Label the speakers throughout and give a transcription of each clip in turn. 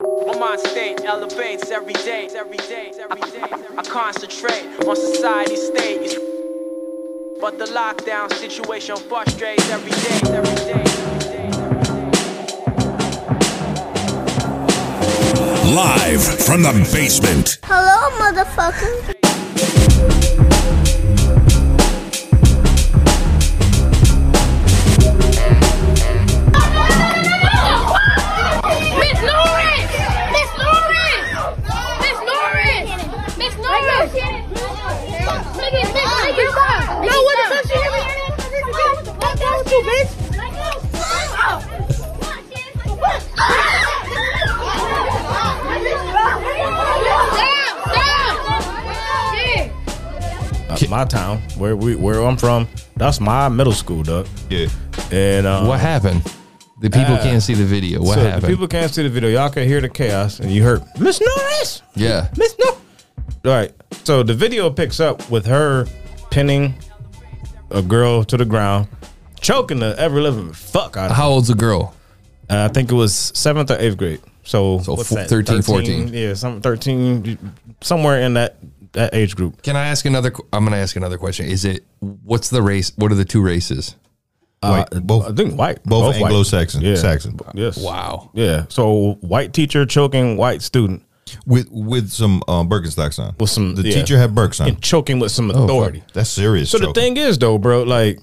Speaker 1: I'm on stage, elevates every day, every day, every day. I concentrate on society's state. But the lockdown situation frustrates every day, every day.
Speaker 2: Live from the basement.
Speaker 3: Hello, motherfucker.
Speaker 4: Miss Norris! Miss Norris! Miss Norris! Miss Norris! Nigga, nigga, nigga, stop! No, what the fuck she is? Let go, you bitch! Let go!
Speaker 5: Uh, my town, where we, where I'm from, that's my middle school, duck.
Speaker 6: Yeah.
Speaker 5: And um,
Speaker 7: What happened? The people can't see the video. What
Speaker 5: Uh, so the
Speaker 7: happened?
Speaker 5: people can't see the video. Y'all can hear the chaos, and you heard Miss Norris,
Speaker 7: yeah.
Speaker 5: Miss Norris. All right. So the video picks up with her pinning a girl to the ground, choking the ever living fuck out of her.
Speaker 7: How old's the girl?
Speaker 5: Uh, I think it was seventh or eighth grade. So,
Speaker 7: So
Speaker 5: what's
Speaker 7: fo-
Speaker 5: that?
Speaker 7: 13, 14.
Speaker 5: Yeah, some thirteen, somewhere in that that age group.
Speaker 7: Can I ask another? qu- I'm going to ask another question. Is it what's the race? What are the two races?
Speaker 6: White,
Speaker 5: Uh,
Speaker 6: both
Speaker 5: I think white,
Speaker 6: both,
Speaker 5: white.
Speaker 6: Anglo-Saxon.
Speaker 5: yeah.
Speaker 6: Saxon.
Speaker 5: Yes.
Speaker 7: Wow.
Speaker 5: Yeah. So white teacher choking white student
Speaker 6: With with some um, Birkenstocks on.
Speaker 5: With some-
Speaker 6: the
Speaker 5: yeah.
Speaker 6: teacher had Birks on.
Speaker 5: and choking with
Speaker 7: Oh,
Speaker 5: some authority.
Speaker 6: That's serious.
Speaker 5: so the
Speaker 6: choking.
Speaker 5: thing is though, bro, like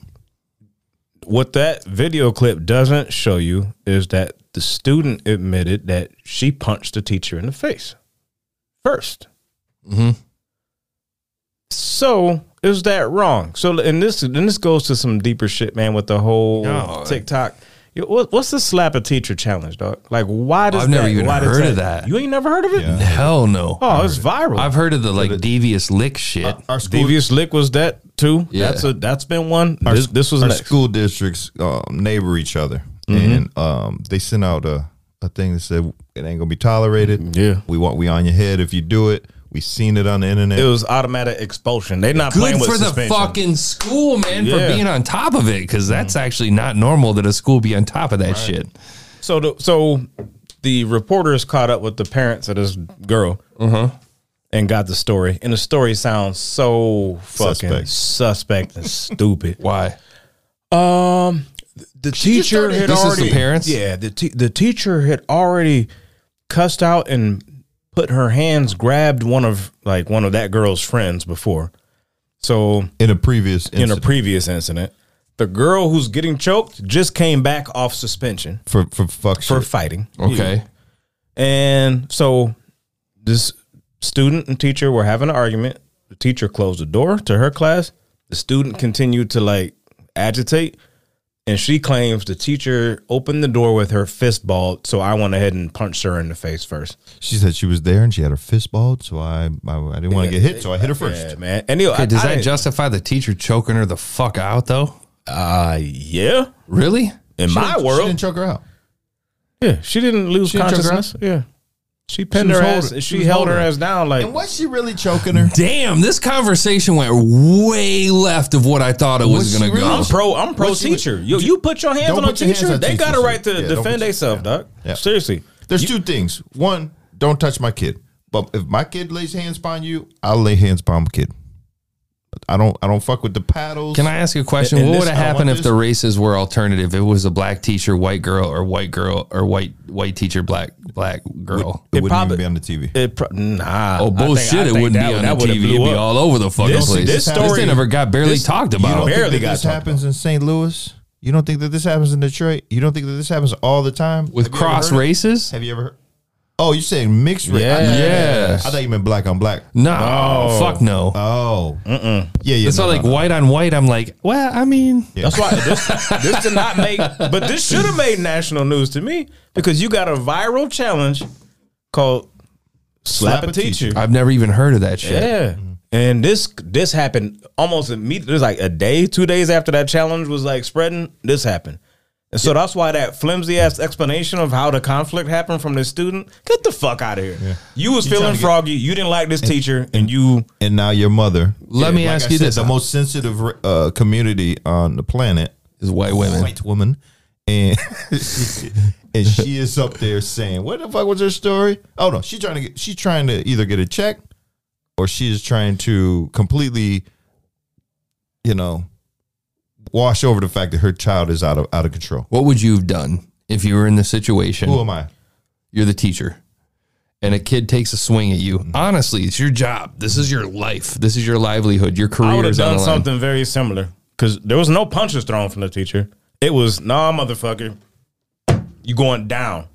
Speaker 5: what that video clip doesn't show you is that the student admitted that she punched the teacher in the face 1st
Speaker 7: Mm-hmm.
Speaker 5: So is that wrong? So and this and this goes to some deeper shit, man, with the whole
Speaker 7: No.
Speaker 5: TikTok. Yo, what- What's the slap a teacher challenge, dog? Like, why does
Speaker 7: I've never
Speaker 5: that-
Speaker 7: even
Speaker 5: why does
Speaker 7: heard of that.
Speaker 5: You ain't never heard of it?
Speaker 6: Yeah.
Speaker 7: Hell no.
Speaker 5: Oh, Uh, it's viral.
Speaker 7: I've heard of the like devious lick shit.
Speaker 6: our school,
Speaker 5: Devious Lick was that too.
Speaker 7: Yeah.
Speaker 5: That's a that's been one.
Speaker 6: our,
Speaker 5: this, this was
Speaker 6: our
Speaker 5: next. Mm-hmm.
Speaker 6: school districts um, neighbor each other, and um, they sent out a, a thing that said it ain't gonna be tolerated.
Speaker 5: Yeah.
Speaker 6: we want we on your head if you do it. We seen it on the internet.
Speaker 5: It was automatic expulsion. They're not
Speaker 7: Good
Speaker 5: playing with
Speaker 7: for the
Speaker 5: suspension.
Speaker 7: fucking school, man,
Speaker 5: Yeah. Mm.
Speaker 7: for being on top of it, because that's actually not normal that a school be on top of that shit.
Speaker 5: So the so the reporters caught up with the parents of this girl
Speaker 7: Uh-huh.
Speaker 5: and got the story. And the story sounds so fucking
Speaker 6: Suspect.
Speaker 5: suspect, and stupid.
Speaker 7: Why?
Speaker 5: Um, the
Speaker 7: just
Speaker 5: teacher
Speaker 7: started-
Speaker 5: had
Speaker 7: This is the
Speaker 5: already
Speaker 7: parents?
Speaker 5: Yeah, the te- the teacher had already cussed out and put her hands grabbed one of like one of that girl's friends before. So
Speaker 6: in a previous
Speaker 5: in a
Speaker 6: incident.
Speaker 5: previous incident. The girl who's getting choked just came back off suspension
Speaker 6: for for fuck
Speaker 5: for
Speaker 6: shit.
Speaker 5: fighting.
Speaker 7: Okay.
Speaker 5: And so this student and teacher were having an argument. The teacher closed the door to her class. The student continued to like agitate. And she claims the teacher opened the door with her fist ball. So I went ahead and punched her in the face first.
Speaker 6: she said she was there and she had her fist balled, so I I, I didn't want to get hit, so I hit her first.
Speaker 5: Yeah, man. And you know,
Speaker 7: Okay,
Speaker 5: I-
Speaker 7: does
Speaker 5: I
Speaker 7: that
Speaker 5: didn't-
Speaker 7: justify the teacher choking her the fuck out though?
Speaker 5: uh, yeah.
Speaker 7: Really?
Speaker 5: In
Speaker 6: She
Speaker 5: my
Speaker 6: didn't-
Speaker 5: world,
Speaker 6: she didn't choke her out.
Speaker 5: Yeah, she didn't lose
Speaker 7: She didn't choke her
Speaker 5: consciousness. yeah, she pinned
Speaker 7: was
Speaker 5: her
Speaker 7: holding-
Speaker 5: ass.
Speaker 7: she
Speaker 5: She,
Speaker 7: was
Speaker 5: held her
Speaker 7: holding her.
Speaker 5: ass down like.
Speaker 6: And was she really choking her?
Speaker 7: Damn, this conversation went way left of what I thought it was,
Speaker 6: Was she
Speaker 7: gonna go.
Speaker 6: really?
Speaker 5: I'm pro. I'm pro
Speaker 6: Was she-
Speaker 5: teacher. you, you put your hands
Speaker 6: Don't
Speaker 5: on a
Speaker 6: put your hands
Speaker 5: teacher.
Speaker 6: on
Speaker 5: They got a
Speaker 6: teachers.
Speaker 5: right to
Speaker 6: Yeah, don't put
Speaker 5: defend
Speaker 6: your-
Speaker 5: themselves,
Speaker 6: yeah.
Speaker 5: doc.
Speaker 6: Yeah.
Speaker 5: Seriously.
Speaker 6: There's two things. One, don't touch my kid. But if my kid lays hands upon you, I'll lay hands upon my kid. But I don't. I don't fuck with the paddles.
Speaker 7: Can I ask you a question?
Speaker 6: And- and
Speaker 7: what would
Speaker 6: this-
Speaker 7: have
Speaker 6: I want
Speaker 7: happened if
Speaker 6: this-
Speaker 7: the races were alternative? It was a black teacher, white girl, or white girl, or white white teacher, black black girl.
Speaker 6: It, wouldn't
Speaker 5: probably-
Speaker 6: even be on the TV.
Speaker 5: It pro- nah.
Speaker 7: Oh
Speaker 5: I think-
Speaker 7: bullshit!
Speaker 5: I
Speaker 7: it
Speaker 5: think
Speaker 7: wouldn't
Speaker 5: that
Speaker 7: be
Speaker 5: would-
Speaker 7: on
Speaker 5: that
Speaker 7: the
Speaker 5: would've
Speaker 7: TV.
Speaker 5: blew
Speaker 7: It'd be
Speaker 5: up.
Speaker 7: all over the fucking
Speaker 5: This-
Speaker 7: place.
Speaker 5: this
Speaker 7: This,
Speaker 5: story-
Speaker 7: thing never got barely
Speaker 5: this-
Speaker 7: talked
Speaker 6: You don't
Speaker 5: know-
Speaker 7: about.
Speaker 5: barely
Speaker 6: think that
Speaker 5: got
Speaker 6: this
Speaker 5: talked
Speaker 6: happens in St. Louis. You don't think that this happens in Detroit. You don't think that this happens all the time
Speaker 7: With
Speaker 6: Have you ever
Speaker 7: cross
Speaker 6: heard of-
Speaker 7: races?
Speaker 6: Have you ever? heard? Oh, you saying mixed race? I thought-
Speaker 7: Yes.
Speaker 6: I thought you meant black on black.
Speaker 7: No, fuck no.
Speaker 6: Oh, Mm-mm. yeah, yeah.
Speaker 7: it's
Speaker 6: no,
Speaker 7: not
Speaker 6: no,
Speaker 7: like
Speaker 6: no.
Speaker 7: white on white. I'm like, well, I mean,
Speaker 5: That's why this this did not make. But this should have made national news to me because you got a viral challenge called slap, a teacher.
Speaker 7: I've never even heard of that shit.
Speaker 5: Yeah. Mm-hmm. And this this happened almost immediately. There's like a day, two days after that challenge was like spreading. This happened, and so that's why that flimsy ass explanation of how the conflict happened from this student. Get the fuck out of here. You was
Speaker 6: You trying
Speaker 5: feeling
Speaker 6: to get-
Speaker 5: froggy. you didn't like this teacher, and you
Speaker 6: and now your mother.
Speaker 7: Let me ask you this.
Speaker 6: the most sensitive uh, community on the planet,
Speaker 7: Is white women.
Speaker 6: white woman, and and she is up there saying, "What the fuck was her story?" Oh no, she's trying to get, she's trying to either get a check, or she is trying to completely, you know, wash over the fact that her child is out of out of control.
Speaker 7: What would you have done if you were in this situation?
Speaker 6: Who am I?
Speaker 7: You're the teacher. And a kid takes a swing at
Speaker 5: Mm.
Speaker 7: you. Honestly, it's your job. This is your life. This is your livelihood. Your
Speaker 5: I would
Speaker 7: career
Speaker 5: have
Speaker 7: is on
Speaker 5: done
Speaker 7: the line.
Speaker 5: something very similar because there was no punches thrown from the teacher. It was nah, motherfucker, you going down.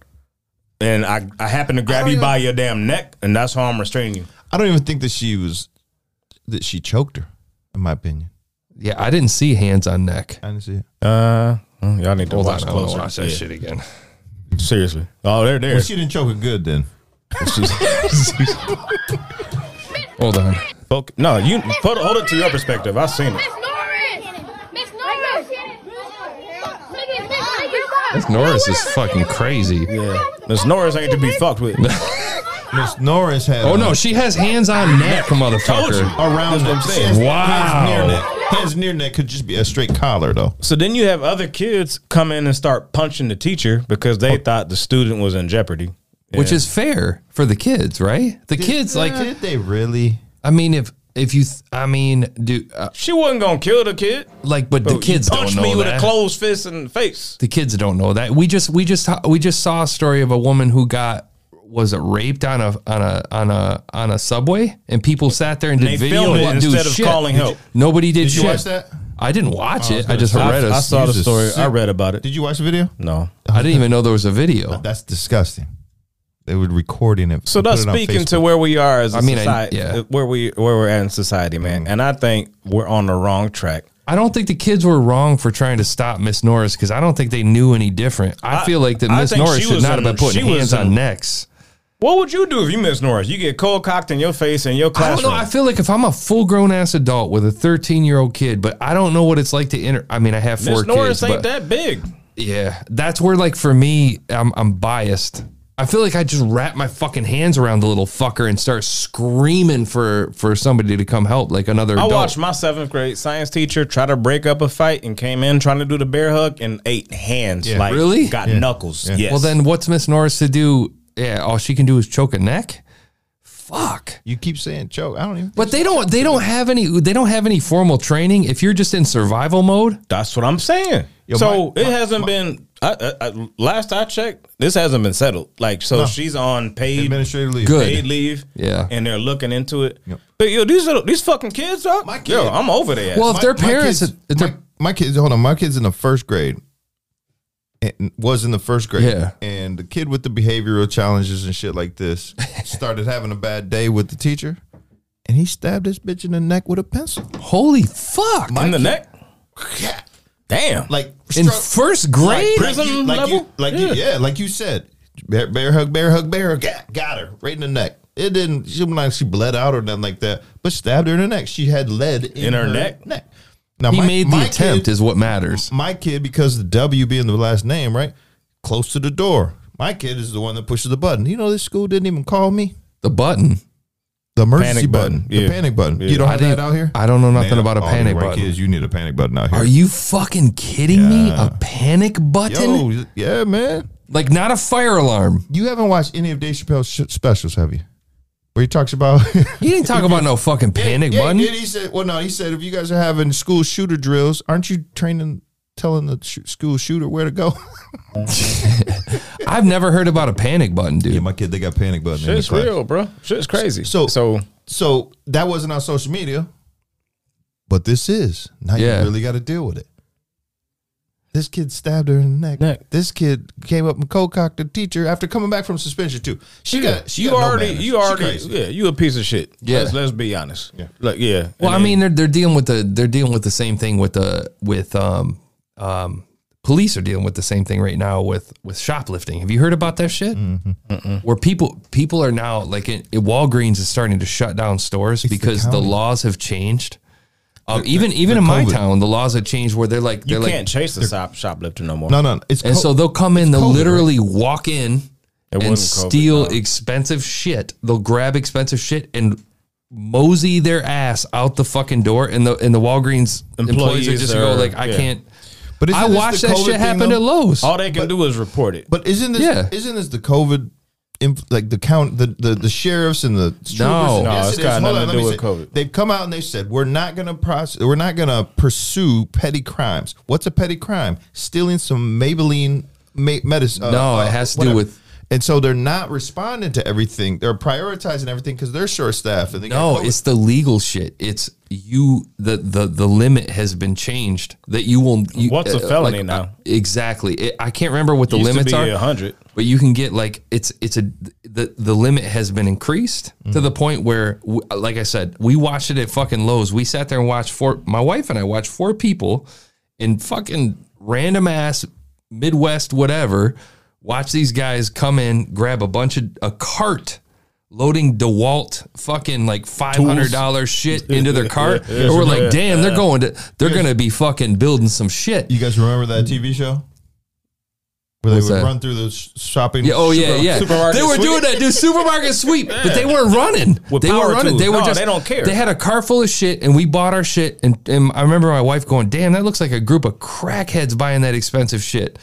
Speaker 5: And I, I happened to grab you by your damn neck, and that's how I'm restraining you.
Speaker 6: I don't even think that she was that she choked her. In my opinion,
Speaker 7: Yeah, I didn't see hands on neck.
Speaker 6: I didn't see it.
Speaker 5: Uh, well, y'all need to
Speaker 7: Hold on,
Speaker 5: watch
Speaker 7: I want to
Speaker 5: closer.
Speaker 7: watch that
Speaker 5: Yeah,
Speaker 7: shit again.
Speaker 5: Seriously. Oh, they're there.
Speaker 6: Well, she didn't choke her good then.
Speaker 7: Hold on.
Speaker 5: Folk- no, you put, hold it to your perspective. I've seen it.
Speaker 4: Miss Norris! Miss Norris! Make it, make it, make it
Speaker 7: Miss Norris is fucking crazy.
Speaker 5: Yeah. Miss Norris ain't to be fucked with.
Speaker 6: Miss Norris had.
Speaker 7: Oh
Speaker 6: on-
Speaker 7: no, she has hands on neck, motherfucker.
Speaker 6: around them.
Speaker 5: saying.
Speaker 7: Wow.
Speaker 6: Hands near neck. Hands near neck could just be a straight collar though.
Speaker 5: So then you have other kids come in and start punching the teacher because they thought the student was in jeopardy.
Speaker 7: Which is fair for the kids, right? The kids, like,
Speaker 6: did they really?
Speaker 7: I mean, if if you, th- I mean, do uh,
Speaker 5: She wasn't gonna kill the kid.
Speaker 7: like, but the
Speaker 5: Bro,
Speaker 7: kids
Speaker 5: Oh, you
Speaker 7: don't
Speaker 5: punched
Speaker 7: know
Speaker 5: me with
Speaker 7: that.
Speaker 5: a closed fist in the face.
Speaker 7: the kids don't know that. We just we just we just saw a story of a woman who got was it raped on a on a on a on a subway, and people sat there and did
Speaker 5: They
Speaker 7: video
Speaker 5: filmed it
Speaker 7: and do
Speaker 5: instead of
Speaker 7: shit.
Speaker 5: calling help. Oh,
Speaker 7: Nobody did,
Speaker 6: Did you
Speaker 7: shit.
Speaker 6: watch that?
Speaker 7: I didn't watch it. I just
Speaker 5: I,
Speaker 7: read
Speaker 5: I
Speaker 7: us.
Speaker 5: saw the
Speaker 6: You're just
Speaker 5: story. I
Speaker 6: sick.
Speaker 5: read about it.
Speaker 6: Did you watch the video?
Speaker 5: No.
Speaker 7: I didn't even know there was a video.
Speaker 6: That's disgusting. They were recording it.
Speaker 5: So
Speaker 6: and put
Speaker 5: that's
Speaker 6: it on
Speaker 5: speaking to
Speaker 6: Facebook.
Speaker 5: where we are as a
Speaker 7: I mean, I-
Speaker 5: society,
Speaker 7: yeah. Mm.
Speaker 5: where we where we're at in society, man. And I think we're on the wrong track.
Speaker 7: I don't think the kids were wrong for trying to stop Miss Norris because I don't think they knew any different. I,
Speaker 5: I-
Speaker 7: feel like that
Speaker 5: I
Speaker 7: Miss
Speaker 5: think
Speaker 7: Norris
Speaker 5: she
Speaker 7: should
Speaker 5: was
Speaker 7: not
Speaker 5: in-
Speaker 7: have been putting
Speaker 5: she was
Speaker 7: hands
Speaker 5: in-
Speaker 7: on necks.
Speaker 5: What would you do if you miss Norris? You get cold cocked in your face in your
Speaker 7: I
Speaker 5: classroom.
Speaker 7: don't know. I feel like if I'm a full grown ass adult with a 13 year old kid, but I don't know what it's like to enter. I mean, I have four
Speaker 5: Miss Norris
Speaker 7: kids,
Speaker 5: ain't
Speaker 7: but
Speaker 5: that big.
Speaker 7: yeah, that's where like for me, I'm, I'm biased. I feel like I just wrap my fucking hands around the little fucker and start screaming for for somebody to come help, like another
Speaker 5: I
Speaker 7: adult.
Speaker 5: watched my seventh grade science teacher try to break up a fight and came in trying to do the bear hug and ate hands. like
Speaker 7: Really?
Speaker 5: Got knuckles. Yes.
Speaker 7: well, then what's Miss Norris to do? Yeah, all she can do is choke a neck. Fuck.
Speaker 6: you keep saying choke. I don't even.
Speaker 7: But they don't. They don't have any. They don't have any formal training. If you're just in survival mode,
Speaker 5: that's what I'm saying.
Speaker 6: Yo,
Speaker 5: so
Speaker 6: my-
Speaker 5: it
Speaker 6: my-
Speaker 5: hasn't
Speaker 6: my-
Speaker 5: been. I, I, I, last I checked, this hasn't been settled. Like, so she's on paid
Speaker 6: Administrative leave.
Speaker 7: Good.
Speaker 5: paid leave.
Speaker 7: Yeah.
Speaker 5: and they're looking into it.
Speaker 6: Yep.
Speaker 5: But yo, these little these fucking kids, up.
Speaker 6: My kid-
Speaker 5: yo, I'm over there.
Speaker 7: well, if their
Speaker 6: my
Speaker 7: parents,
Speaker 6: kids-
Speaker 7: if
Speaker 6: my,
Speaker 7: their-
Speaker 6: my kids, hold on, my kids in the first grade, and was in the first grade,
Speaker 7: Yeah.
Speaker 6: And the kid with the behavioral challenges and shit like this started having a bad day with the teacher, and he stabbed this bitch in the neck with a pencil.
Speaker 7: holy fuck,
Speaker 5: in the neck.
Speaker 6: Yeah,
Speaker 5: Damn.
Speaker 6: like
Speaker 7: in
Speaker 6: struck-
Speaker 7: first
Speaker 5: Like,
Speaker 7: grade,
Speaker 5: prison
Speaker 6: you- like
Speaker 5: level?
Speaker 6: You, like you- yeah. like you said, bear, bear hug, bear hug, bear hug. Got, got her right in the neck. It didn't. She wasn't like she bled out or nothing like that, but stabbed her in the neck. She had lead in,
Speaker 5: her neck?
Speaker 6: Now
Speaker 7: he made the attempt.
Speaker 6: Kid,
Speaker 7: is what matters.
Speaker 6: my kid because the W being the last name, right? Close to the door. My kid is the one that pushes the button. You know this school didn't even call me
Speaker 7: The button.
Speaker 6: the emergency
Speaker 5: Panic button,
Speaker 6: button,
Speaker 5: yeah.
Speaker 6: the panic button.
Speaker 5: Yeah.
Speaker 6: You don't
Speaker 7: I
Speaker 6: have that
Speaker 7: didn't.
Speaker 6: out here.
Speaker 7: I don't know nothing
Speaker 6: Man,
Speaker 7: about a
Speaker 6: all you
Speaker 7: panic
Speaker 6: white
Speaker 7: button.
Speaker 6: Kids, you need a panic button out here.
Speaker 7: Are you fucking kidding me? A panic button?
Speaker 6: Yo, yeah, man.
Speaker 7: Like not a fire alarm.
Speaker 6: You haven't watched any of Dave Chappelle's sh- specials, have you? Where he talks about
Speaker 7: He didn't talk about no fucking panic
Speaker 6: Yeah,
Speaker 7: button.
Speaker 6: He, did. He said, "Well, no, he said if you guys are having school shooter drills, aren't you training, telling the sh- school shooter where to go?"
Speaker 7: I've never heard about a panic button, dude.
Speaker 6: Yeah, my kid, they got panic button.
Speaker 5: Shit's real, bro. Shit's crazy.
Speaker 6: So-
Speaker 5: so
Speaker 6: So that wasn't on social media, but this is now.
Speaker 7: Yeah.
Speaker 6: You really got to deal with it. This kid stabbed her in the neck.
Speaker 5: Neck.
Speaker 6: This kid came up and cold cocked the teacher after coming back from suspension too. She got she
Speaker 5: you
Speaker 6: got no
Speaker 5: already,
Speaker 6: manners.
Speaker 5: you
Speaker 6: She
Speaker 5: already,
Speaker 6: crazy.
Speaker 5: yeah, you a piece of shit.
Speaker 7: Yeah.
Speaker 5: let's, let's be honest.
Speaker 6: Yeah.
Speaker 5: like yeah. And
Speaker 7: Well, I
Speaker 5: then-
Speaker 7: mean, they're they're dealing with the they're dealing with the same thing with the with um um police are dealing with the same thing right now with with shoplifting. Have you heard about that shit?
Speaker 6: Mm-hmm.
Speaker 7: Where people people are now like in, in Walgreens is starting to shut down stores because the,
Speaker 6: county.
Speaker 7: laws have changed. Um, even even in my
Speaker 6: COVID.
Speaker 7: town, the laws have changed where they're like
Speaker 5: you
Speaker 7: they're like
Speaker 5: can't chase the shop, shoplifter no more.
Speaker 6: No, no, no. it's
Speaker 7: and
Speaker 6: co-
Speaker 7: so they'll come in, they'll
Speaker 6: COVID,
Speaker 7: literally walk in and
Speaker 5: wasn't COVID,
Speaker 7: steal
Speaker 5: no.
Speaker 7: expensive shit. They'll grab expensive shit and mosey their ass out the fucking door. And the and the Walgreens employees,
Speaker 5: Employees
Speaker 7: are just
Speaker 5: are-
Speaker 7: go like, I
Speaker 5: yeah.
Speaker 7: can't.
Speaker 6: But
Speaker 7: I
Speaker 6: isn't this
Speaker 7: watched
Speaker 6: the
Speaker 7: that
Speaker 6: COVID
Speaker 7: shit
Speaker 6: thing,
Speaker 7: happen
Speaker 6: though?
Speaker 7: at Lowe's.
Speaker 5: All they can do is report it.
Speaker 6: But isn't this
Speaker 7: Yeah.
Speaker 6: isn't this the COVID inf- like the count the, the, the sheriffs and the troopers?
Speaker 7: No.
Speaker 6: and-
Speaker 7: No,
Speaker 5: it's
Speaker 6: it is.
Speaker 5: got
Speaker 6: Hold
Speaker 5: nothing
Speaker 6: on,
Speaker 5: to
Speaker 6: let
Speaker 5: do
Speaker 6: me
Speaker 5: with
Speaker 6: see.
Speaker 5: COVID.
Speaker 6: They've come out and they've said we're not gonna process we're not gonna pursue petty crimes. What's a petty crime? Stealing some Maybelline ma- medicine. uh,
Speaker 7: No,
Speaker 6: uh,
Speaker 7: it has to do with-
Speaker 6: And so they're not responding to everything. They're prioritizing everything because they're short staffed. And they
Speaker 7: No,
Speaker 6: got COVID.
Speaker 7: it's the legal shit. It's you. The the the limit has been changed that you will. You,
Speaker 5: What's a felony now?
Speaker 7: uh, exactly. It, I can't remember what the
Speaker 5: Used to
Speaker 7: limits
Speaker 5: be
Speaker 7: are.
Speaker 5: 100.
Speaker 7: But you can get like it's it's a the the limit has been increased to
Speaker 5: Mm-hmm.
Speaker 7: the point where, w- like I said, we watched it at fucking Lowe's. We sat there and watched four. My wife and I watched four people in fucking random ass Midwest whatever. Watch these guys come in, grab a bunch of a cart loading DeWalt fucking like five hundred dollar shit into their cart.
Speaker 5: Yes,
Speaker 7: and we're like,
Speaker 5: yeah.
Speaker 7: damn, they're going to they're gonna be fucking building some shit.
Speaker 6: you guys remember that TV show where
Speaker 7: What's
Speaker 6: they would
Speaker 7: that?
Speaker 6: run through the sh- shopping.
Speaker 7: Yeah, oh yeah, yeah.
Speaker 5: supermarket
Speaker 7: they were
Speaker 5: sweep.
Speaker 7: doing that, dude. Supermarket sweep, but they weren't running.
Speaker 5: With
Speaker 7: they
Speaker 5: power
Speaker 7: were running.
Speaker 5: tools.
Speaker 7: They were
Speaker 5: No,
Speaker 7: just.
Speaker 5: they don't care.
Speaker 7: They had a car full of shit, and we bought our shit. And, and I remember my wife going, "Damn, that looks like a group of crackheads buying that expensive shit."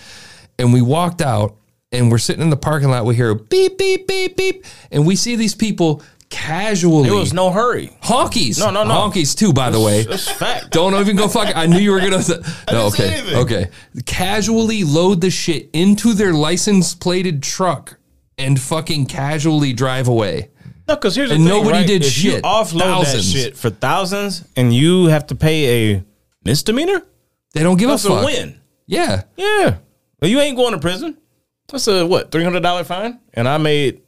Speaker 7: And we walked out, and we're sitting in the parking lot. We hear a beep, beep, beep, beep, and we see these people casually.
Speaker 5: There was no hurry.
Speaker 7: honkies.
Speaker 5: No, no, no.
Speaker 7: Honkies too. By the way,
Speaker 5: That's fact.
Speaker 7: don't even go fuck. I knew you were gonna. no,
Speaker 6: didn't say
Speaker 7: okay,
Speaker 6: anything.
Speaker 7: okay. Casually load the shit into their license plated truck and fucking casually drive away.
Speaker 5: No, because here's
Speaker 7: And
Speaker 5: the thing,
Speaker 7: nobody
Speaker 5: right?
Speaker 7: did
Speaker 5: if You
Speaker 7: shit.
Speaker 5: offload
Speaker 7: Thousands.
Speaker 5: that shit for thousands, and you have to pay a misdemeanor.
Speaker 7: They don't give
Speaker 5: That's
Speaker 7: a
Speaker 5: a
Speaker 7: fuck.
Speaker 5: win.
Speaker 7: Yeah,
Speaker 5: Yeah, Well, you ain't going to prison. That's a what three hundred dollar fine, and I made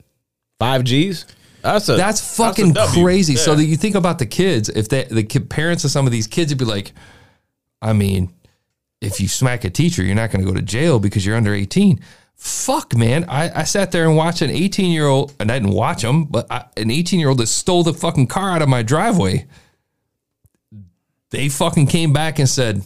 Speaker 5: five G's. That's a
Speaker 7: that's
Speaker 5: a
Speaker 7: fucking
Speaker 5: W.
Speaker 7: crazy. So
Speaker 5: Yeah.
Speaker 7: that you think about the kids, if they the ki- parents of some of these kids would be like, I mean, if you smack a teacher, you're not going to go to jail because you're under 18. Fuck, man. I, I sat there and watched an 18 year old, and I didn't watch him, but I, an 18 year old that stole the fucking car out of my driveway. They fucking came back and said,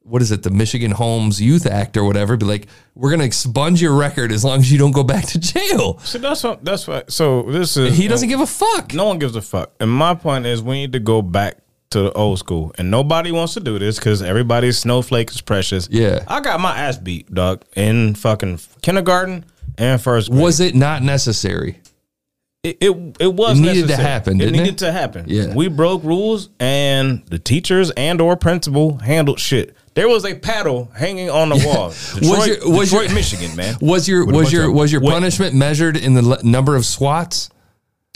Speaker 7: what is it, the Michigan Homes Youth Act or whatever? Be like, we're going to expunge your record as long as you don't go back to jail.
Speaker 5: So that's what that's what. So this is
Speaker 7: He doesn't give a fuck.
Speaker 5: No one gives a fuck. And my point is, we need to go back to the old school. And nobody wants to do this because everybody's snowflake is precious.
Speaker 7: Yeah.
Speaker 5: I got my ass beat, dog, in fucking kindergarten and first grade.
Speaker 7: Was it not necessary?
Speaker 5: it? It, it was
Speaker 7: It needed to
Speaker 5: necessary.
Speaker 7: happen,
Speaker 5: It
Speaker 7: didn't
Speaker 5: needed
Speaker 7: it?
Speaker 5: to happen.
Speaker 7: Yeah.
Speaker 5: we broke rules, and the teachers and or principal handled shit. There was a paddle hanging on the wall. Detroit,
Speaker 7: your- was your-
Speaker 5: Detroit, Michigan, man.
Speaker 7: Was your
Speaker 6: a
Speaker 7: was
Speaker 6: bunch
Speaker 7: your
Speaker 6: of
Speaker 7: was your
Speaker 5: wet-
Speaker 7: punishment measured in the le- number of swats?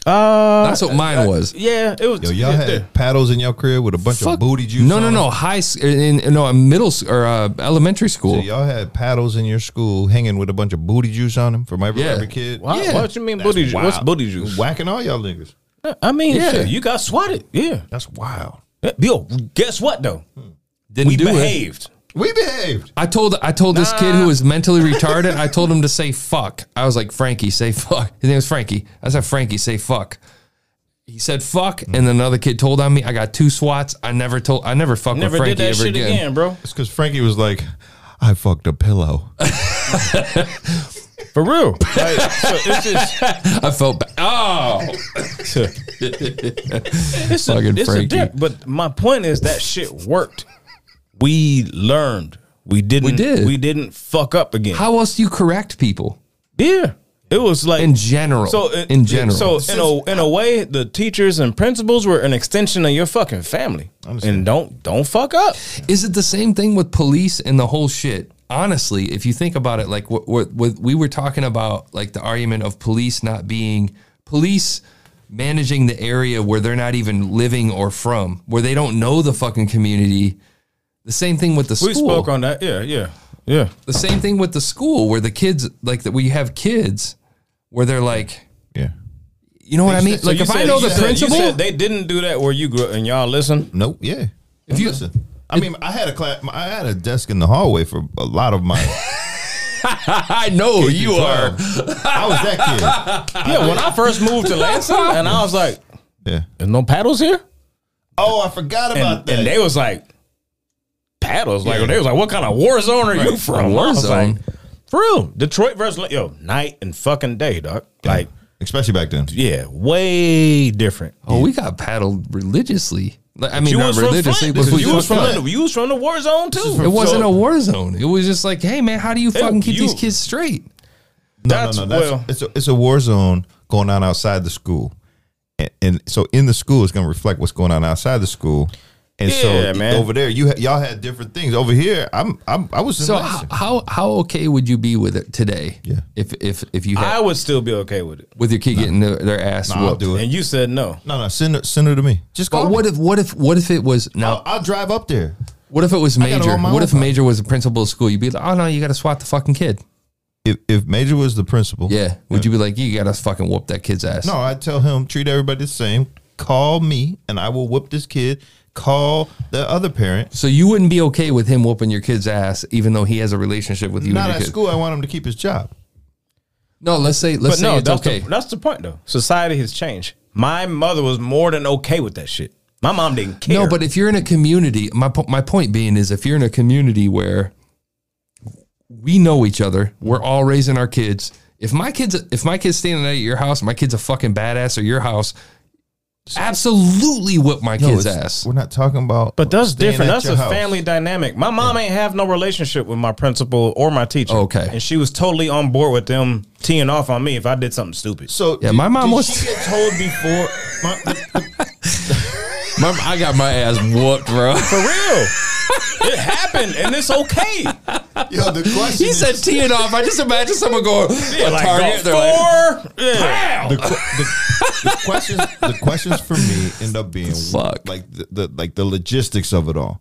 Speaker 5: Uh,
Speaker 7: That's what mine was.
Speaker 5: yeah, it was.
Speaker 6: Yo, y'all
Speaker 5: it-
Speaker 6: had paddles in your crib with a bunch
Speaker 7: Fuck.
Speaker 6: of booty juice.
Speaker 7: No, no,
Speaker 6: on
Speaker 7: no.
Speaker 6: it?
Speaker 7: High s- in, in no middle s- or uh, elementary school.
Speaker 6: Y'all had paddles in your school hanging with a bunch of booty juice on them from every,
Speaker 7: Yeah.
Speaker 6: every kid.
Speaker 5: Wow,
Speaker 7: Yeah.
Speaker 5: What you mean booty juice? What's
Speaker 6: wild.
Speaker 5: booty juice?
Speaker 6: Whacking all y'all niggas.
Speaker 5: I mean,
Speaker 7: Yeah.
Speaker 5: shit, you got swatted. Yeah.
Speaker 6: That's wild.
Speaker 5: Yo, guess what though?
Speaker 7: Didn't
Speaker 5: We
Speaker 7: do it.
Speaker 5: behaved.
Speaker 6: We behaved.
Speaker 7: I told I told this kid who was mentally retarded. I told him to say fuck. I was like Frankie, say fuck. His name was Frankie. I said Frankie, say fuck. He said fuck, and another kid told on me. I got two swats. I never told. I never fucked
Speaker 5: Never
Speaker 7: with Frankie
Speaker 5: did that
Speaker 7: ever
Speaker 5: shit
Speaker 7: again.
Speaker 5: again. bro.
Speaker 6: It's because Frankie was like, I fucked a pillow.
Speaker 5: For real. Like, so it's just
Speaker 7: I felt bad. Oh,
Speaker 5: it's, a,
Speaker 7: Fucking
Speaker 5: it's a
Speaker 7: Frankie.
Speaker 5: dip. But my point is that shit worked. We learned. We didn't.
Speaker 7: We did.
Speaker 5: We didn't fuck up again.
Speaker 7: how else do you correct people
Speaker 5: Yeah. It was like
Speaker 7: in general?
Speaker 5: So
Speaker 7: in general,
Speaker 5: So in a in a way, the teachers and principals were an extension of your fucking family.
Speaker 6: understand.
Speaker 5: And don't don't fuck up.
Speaker 7: Is it the same thing with police and the whole shit? Honestly, if you think about it, like what, what, what we were talking about, like the argument of police not being police managing the area where they're not even living or from, where they don't know the fucking community. The same thing with the school.
Speaker 5: We spoke on that. Yeah, yeah, yeah.
Speaker 7: the same thing with the school where the kids like that. We have kids where they're like,
Speaker 6: Yeah.
Speaker 7: you know what I mean?
Speaker 6: So
Speaker 7: like
Speaker 5: You
Speaker 7: if I
Speaker 5: said-
Speaker 7: know
Speaker 5: you
Speaker 7: the
Speaker 5: said- you
Speaker 7: principal,
Speaker 5: said they didn't do that where you grew up, and y'all listen.
Speaker 6: Nope. Yeah.
Speaker 7: If you-
Speaker 6: listen, I mean, I had a class. I had a desk in the hallway for a lot of my.
Speaker 7: I know you are.
Speaker 6: I was that
Speaker 5: Yeah, when I first moved to Lansing, and I was like,
Speaker 6: kid. Yeah.
Speaker 5: "There's no paddles here,"
Speaker 6: Oh, I forgot about
Speaker 5: and,
Speaker 6: that.
Speaker 5: and they was like, "Paddles?" Like
Speaker 6: Yeah.
Speaker 5: they was like, "What kind of war zone are you from?"
Speaker 7: War
Speaker 5: I was
Speaker 7: zone?
Speaker 5: like, for real, Detroit versus La- yo night and fucking day, dog. Like,
Speaker 6: especially back then.
Speaker 5: yeah, way different.
Speaker 7: Oh, we got paddled religiously. Like, I mean,
Speaker 5: You
Speaker 7: not
Speaker 5: was from
Speaker 7: religiously,
Speaker 5: Flint.
Speaker 7: but we
Speaker 5: You was
Speaker 7: fucked
Speaker 5: from
Speaker 7: up.
Speaker 5: the, you was from the war zone too.
Speaker 7: It wasn't a war zone. It was just like, hey man, how do you fucking keep
Speaker 5: you-
Speaker 7: these kids straight?
Speaker 6: No,
Speaker 5: That's
Speaker 6: no, no. That's,
Speaker 5: well-
Speaker 6: it's, a, it's a war zone going on outside the school. And, and so in the school, it's going to reflect what's going on outside the school. And
Speaker 5: Yeah,
Speaker 6: so
Speaker 5: man.
Speaker 6: over there, you ha- y'all had different things. Over here, I'm, I'm I was in
Speaker 7: So
Speaker 6: Lansing.
Speaker 7: how, how how okay would you be with it today?
Speaker 6: Yeah.
Speaker 7: If if if you had
Speaker 5: I would still be okay with it.
Speaker 7: with your kid getting their, their ass
Speaker 6: Nah, I'll
Speaker 7: whooped.
Speaker 6: do it.
Speaker 5: And you said no.
Speaker 6: No, no, send her, send her to me. Just call
Speaker 7: But
Speaker 6: me. Uh,
Speaker 7: what if what if what if it was
Speaker 6: I'll,
Speaker 7: now?
Speaker 6: I'll drive up there.
Speaker 7: What if it was
Speaker 6: got it
Speaker 7: major?
Speaker 6: on my
Speaker 7: What
Speaker 6: own
Speaker 7: if
Speaker 6: phone.
Speaker 7: major was the principal of school? You'd be like, oh no, you got to swat the fucking kid.
Speaker 6: If if Major was the principal,
Speaker 7: Yeah. Would you be like, you got to fucking whoop that kid's ass?
Speaker 6: No, I tell him treat everybody the same. Call me, and I will whip this kid. Call the other parent.
Speaker 7: So you wouldn't be okay with him whooping your kid's ass, even though he has a relationship with you.
Speaker 6: Not
Speaker 7: and your
Speaker 6: at
Speaker 7: kid.
Speaker 6: school. I want him to keep his job.
Speaker 7: No, let's say let's
Speaker 5: But
Speaker 7: say
Speaker 5: no,
Speaker 7: it's
Speaker 5: that's
Speaker 7: okay.
Speaker 5: the that's the point though. Society has changed. My mother was more than okay with that shit. My mom didn't care.
Speaker 7: No, but if you're in a community, my po- my point being is if you're in a community where we know each other, we're all raising our kids. If my kids if my kids standing at your house, my kid's a fucking badass or your house, absolutely whip my kid's
Speaker 6: it's-
Speaker 7: ass.
Speaker 6: We're not talking about.
Speaker 5: But that's
Speaker 6: staying
Speaker 5: different.
Speaker 6: at
Speaker 5: That's
Speaker 6: your
Speaker 5: a
Speaker 6: house.
Speaker 5: family dynamic. My mom ain't have no relationship with my principal or my teacher.
Speaker 7: Okay.
Speaker 5: And she was totally on board with them teeing off on me if I did something stupid.
Speaker 6: So
Speaker 7: Yeah,
Speaker 6: did-
Speaker 7: my mom
Speaker 6: did
Speaker 7: was-
Speaker 6: She get told before. My,
Speaker 7: My- I got my ass whooped, bro.
Speaker 5: For real. it happened and it's okay.
Speaker 6: yo, the question.
Speaker 7: He
Speaker 6: is,
Speaker 7: said teeing off. I just imagine someone going a
Speaker 5: like, go
Speaker 7: target. They're like,
Speaker 5: four. Yeah.
Speaker 6: the, que- the, the questions. The questions for me end up being
Speaker 7: Fuck.
Speaker 6: like the, the like the logistics of it all.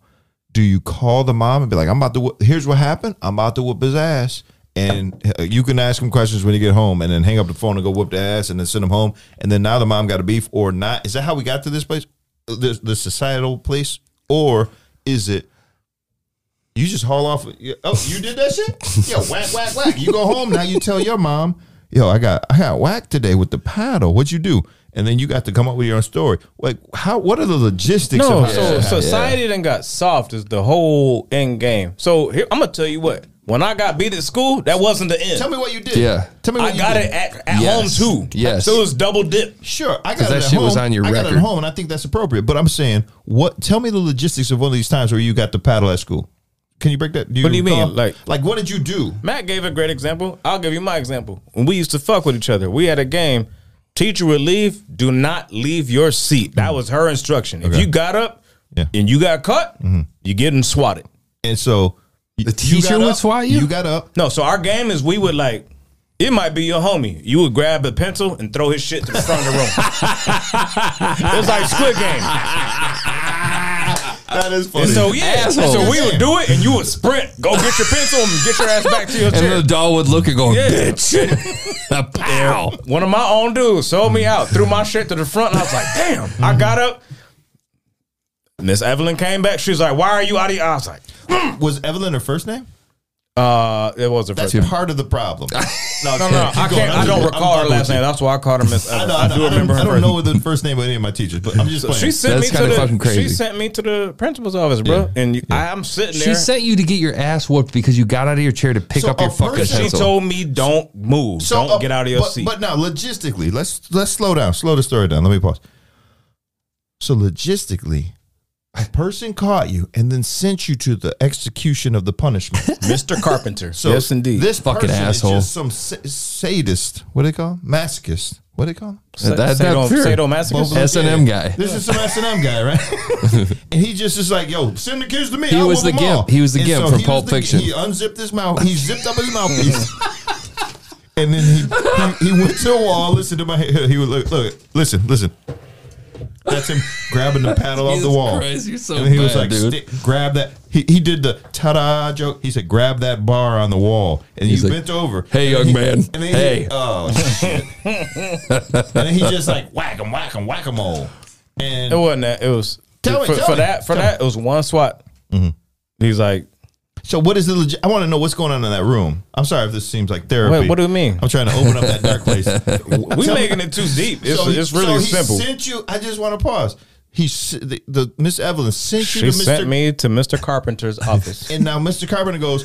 Speaker 6: Do you call the mom and be like, "I'm about to. whoop- Here's what happened. I'm about to whoop his ass." And uh, you can ask him questions when you get home, and then hang up the phone and go whoop the ass, and then send him home. And then now the mom got a beef or not? Is that how we got to this place, the, the societal place, or is it you just haul off. Oh, you did that shit? Yo, whack, whack, whack. You go home now. You tell your mom, yo, I got, I got whacked today with the paddle. What'd you do? And then you got to come up with your own story. Like, how? What are the logistics?
Speaker 5: No,
Speaker 6: of how
Speaker 5: so
Speaker 6: that happened?
Speaker 5: society then got soft is the whole end game. So here, I'm gonna tell you what. When I got beat at school, that wasn't the end.
Speaker 6: tell me what you did.
Speaker 7: Yeah.
Speaker 6: tell me. What
Speaker 5: I
Speaker 6: you
Speaker 5: got
Speaker 6: did.
Speaker 5: it at, at
Speaker 7: Yes.
Speaker 5: home too.
Speaker 7: Yes.
Speaker 5: So it was double dip.
Speaker 6: Sure, I got
Speaker 7: that
Speaker 6: it at
Speaker 7: shit
Speaker 6: home.
Speaker 7: was on your
Speaker 6: I got it
Speaker 7: record.
Speaker 6: at home, and I think that's appropriate. But I'm saying, what? Tell me the logistics of one of these times where you got the paddle at school. Can you break that?
Speaker 5: What do you mean?
Speaker 6: recall?
Speaker 5: Like-
Speaker 6: like what did you do?
Speaker 5: Matt gave a great example. I'll give you my example. When we used to fuck with each other, we had a game. Teacher would leave. Do not leave your seat.
Speaker 7: Mm.
Speaker 5: That was her instruction. If
Speaker 6: Okay.
Speaker 5: you got up
Speaker 6: Yeah.
Speaker 5: and you got cut,
Speaker 7: Mm-hmm.
Speaker 5: you getting swatted.
Speaker 6: And so
Speaker 7: The teacher would swat you?
Speaker 6: You got up.
Speaker 5: No, so our game is we would like. It might be your homie. You would grab a pencil and throw his shit to the front of the room. it was like Squid Game.
Speaker 6: That is funny.
Speaker 5: And so yeah,
Speaker 7: Asshole.
Speaker 5: so we would do it, and you would sprint, go get your pencil, and get your ass back to your
Speaker 7: and
Speaker 5: chair.
Speaker 7: then the doll would look and go,
Speaker 5: Yeah.
Speaker 7: bitch. Pow.
Speaker 5: One of my own dudes sold me out, threw my shit to the front, and I was like, damn.
Speaker 7: Mm-hmm.
Speaker 5: I got up. Miss Evelyn came back. She was like, why are you out of here? I was like,
Speaker 6: was Evelyn her first name?
Speaker 5: uh, it was the
Speaker 6: That's
Speaker 5: first time.
Speaker 6: part of the problem. No,
Speaker 5: No, no, I can't. I don't recall her last name. That's why I called her Miss
Speaker 6: I,
Speaker 5: Evelyn.
Speaker 6: know,
Speaker 5: I,
Speaker 6: I, know,
Speaker 5: do
Speaker 6: I
Speaker 5: remember
Speaker 6: don't, I
Speaker 5: her
Speaker 6: don't
Speaker 5: first.
Speaker 6: know
Speaker 5: name.
Speaker 6: with the first name of any of my teachers, but I'm just playing.
Speaker 5: She sent
Speaker 7: That's
Speaker 5: me to
Speaker 7: kinda
Speaker 5: the.
Speaker 7: fucking crazy.
Speaker 5: She sent me to the principal's office, bro. And you, I'm sitting there.
Speaker 7: She sent you to get your ass whooped because you got out of your chair to pick
Speaker 6: So
Speaker 7: up your
Speaker 6: a
Speaker 7: fucking
Speaker 6: person-
Speaker 5: she
Speaker 7: pencil.
Speaker 5: told me, "Don't move. don't
Speaker 6: uh,
Speaker 5: get out of your
Speaker 6: but,
Speaker 5: seat."
Speaker 6: But now, logistically, let's let's slow down. Slow the story down. Let me pause. So logistically, a person caught you and then sent you to the execution of the punishment.
Speaker 5: Mr. Carpenter.
Speaker 6: So This
Speaker 7: Fucking
Speaker 6: person
Speaker 7: asshole.
Speaker 6: Is just some sa- sadist. What do they call? him? Masochist. What do they call? him?
Speaker 7: That- that- fair.
Speaker 5: sadomasochist.
Speaker 7: S and M guy.
Speaker 6: This is some S and M guy, right? and he just is like, "Yo, send the kids to me."
Speaker 7: He
Speaker 6: I'll
Speaker 7: was
Speaker 6: whoop
Speaker 7: the
Speaker 6: them
Speaker 7: gimp.
Speaker 6: all."
Speaker 7: He was the
Speaker 6: And
Speaker 7: gimp from
Speaker 6: he
Speaker 7: Pulp
Speaker 6: was the-
Speaker 7: Fiction.
Speaker 6: He unzipped his mouth. He zipped up his mouthpiece. And then he, he he went to a wall. Listen to my hair. He would look look. Listen, listen. That's him grabbing the paddle off the
Speaker 7: Jesus
Speaker 6: wall.
Speaker 7: Christ, you're so
Speaker 6: and he was
Speaker 7: bad,
Speaker 6: like,
Speaker 7: dude.
Speaker 6: "Stick- grab that. He, he did the ta da joke. He said, grab that bar on the wall. And
Speaker 7: He's
Speaker 6: you
Speaker 7: like,
Speaker 6: bent over.
Speaker 7: "Hey, young
Speaker 6: And then he-
Speaker 7: man.
Speaker 6: And then
Speaker 7: Hey."
Speaker 6: He, oh, shit. and then he just like, whack him, whack him, whack him all. And
Speaker 5: It wasn't that. It was
Speaker 6: Tell me,
Speaker 5: for,
Speaker 6: tell
Speaker 5: for
Speaker 6: me,
Speaker 5: that. For
Speaker 6: tell
Speaker 5: that, it was one swat. He's like,
Speaker 6: So what is the legit? I want to know what's going on in that room. I'm sorry if this seems like therapy.
Speaker 5: Wait, what do you mean?
Speaker 6: I'm trying to open up that dark place.
Speaker 5: we making it too deep. It's, it's really simple.
Speaker 6: He sent you. I just want to pause. He s- the, the Miss Evelyn sent
Speaker 5: She
Speaker 6: you to
Speaker 5: sent
Speaker 6: Mr.
Speaker 5: me to Mr. Carpenter's office.
Speaker 6: and now Mr. Carpenter goes,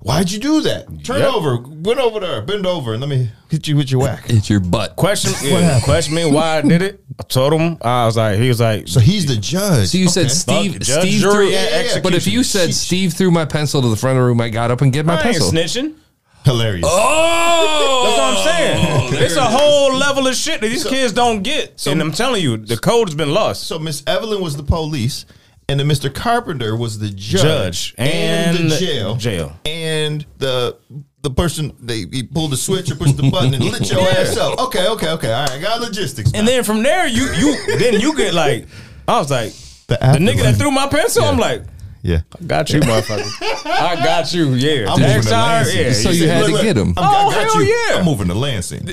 Speaker 6: "Why'd you do that? Turn
Speaker 5: Yep.
Speaker 6: over, went over there, bend over, and let me hit you with your whack."
Speaker 7: It's your butt.
Speaker 5: Question, yeah, question me why I did it. I told him I was like, he was like,
Speaker 6: So he's the judge.
Speaker 7: So you said
Speaker 5: Fuck,
Speaker 7: Steve,
Speaker 5: judge,
Speaker 7: Steve
Speaker 5: jury,
Speaker 7: threw,
Speaker 5: and
Speaker 7: but if you
Speaker 6: executioner.
Speaker 7: said
Speaker 6: Sheesh.
Speaker 7: Steve threw my pencil to the front of the room, I got up and get my
Speaker 5: I ain't
Speaker 7: pencil.
Speaker 5: snitching.
Speaker 6: hilarious.
Speaker 7: Oh,
Speaker 5: That's what I'm saying. it's a whole level of shit that these kids don't get. and I'm telling you, the code's been lost.
Speaker 6: So Miss Evelyn was the police, and then Mr. Carpenter was the
Speaker 5: Judge
Speaker 6: judge,
Speaker 5: and
Speaker 6: the jail,
Speaker 5: jail.
Speaker 6: and the the person they he pulled the switch or pushed the button and lit your ass up. Okay, okay, okay. All right, got logistics.
Speaker 5: and then from there, you you then you get like, I was like,
Speaker 6: The
Speaker 5: the,
Speaker 6: afterlife.
Speaker 5: nigga that threw my pencil. I'm like,
Speaker 6: yeah,
Speaker 5: got you, motherfucker. I got you. Yeah,
Speaker 6: I'm moving
Speaker 5: next
Speaker 6: to
Speaker 5: time.
Speaker 6: Lansing.
Speaker 5: Yeah,
Speaker 7: So you had to get him.
Speaker 6: I'm, I
Speaker 5: Oh, hell yeah.
Speaker 6: I'm moving to Lansing.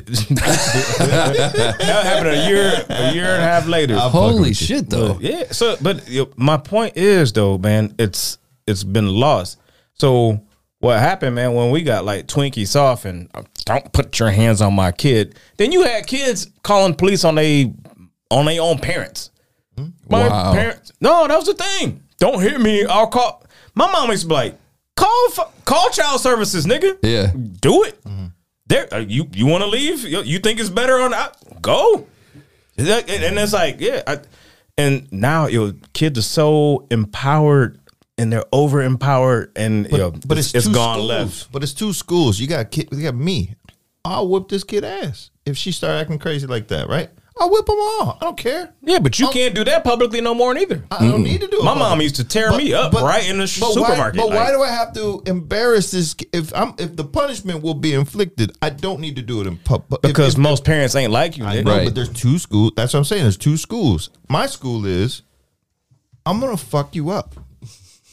Speaker 5: that happened a year a year and a half later.
Speaker 6: I'll fuck with
Speaker 7: Holy
Speaker 6: you.
Speaker 7: shit, though.
Speaker 5: Yeah. So, but you know, my point is though, man, it's it's been lost. So what happened, man? When we got like Twinkie soft and uh, don't put your hands on my kid, then you had kids calling police on they on their own parents. My
Speaker 7: Wow.
Speaker 5: parents. No, that was the thing. Don't hit me. I'll call. My mom used to be like, call fu- call child services, nigga.
Speaker 7: Yeah.
Speaker 5: Do it. There, uh, you you want to leave? You, you think it's better on? I, go. Is that- and, and it's like, yeah. I, and now your kids are so empowered and they're over empowered, and you know,
Speaker 6: But it's,
Speaker 5: it's
Speaker 6: two
Speaker 5: gone
Speaker 6: schools.
Speaker 5: left.
Speaker 6: But it's two schools. You got kid. You got me. I'll whip this kid ass if she start acting crazy like that. Right? I'll whip them all. I don't care.
Speaker 5: Yeah, but you
Speaker 6: Oh.
Speaker 5: can't do that publicly no more either.
Speaker 6: I don't need to do it.
Speaker 5: My mom used to tear me up right in the sh- supermarket.
Speaker 6: Why, but
Speaker 5: like-
Speaker 6: why do I have to embarrass this? ki- If I'm if the punishment will be inflicted, I don't need to do it in public.
Speaker 5: because most parents ain't like you,
Speaker 6: I
Speaker 5: nigga.
Speaker 6: know,
Speaker 7: Right.
Speaker 6: but there's two schools. That's what I'm saying. There's two schools. My school is, I'm gonna fuck you up.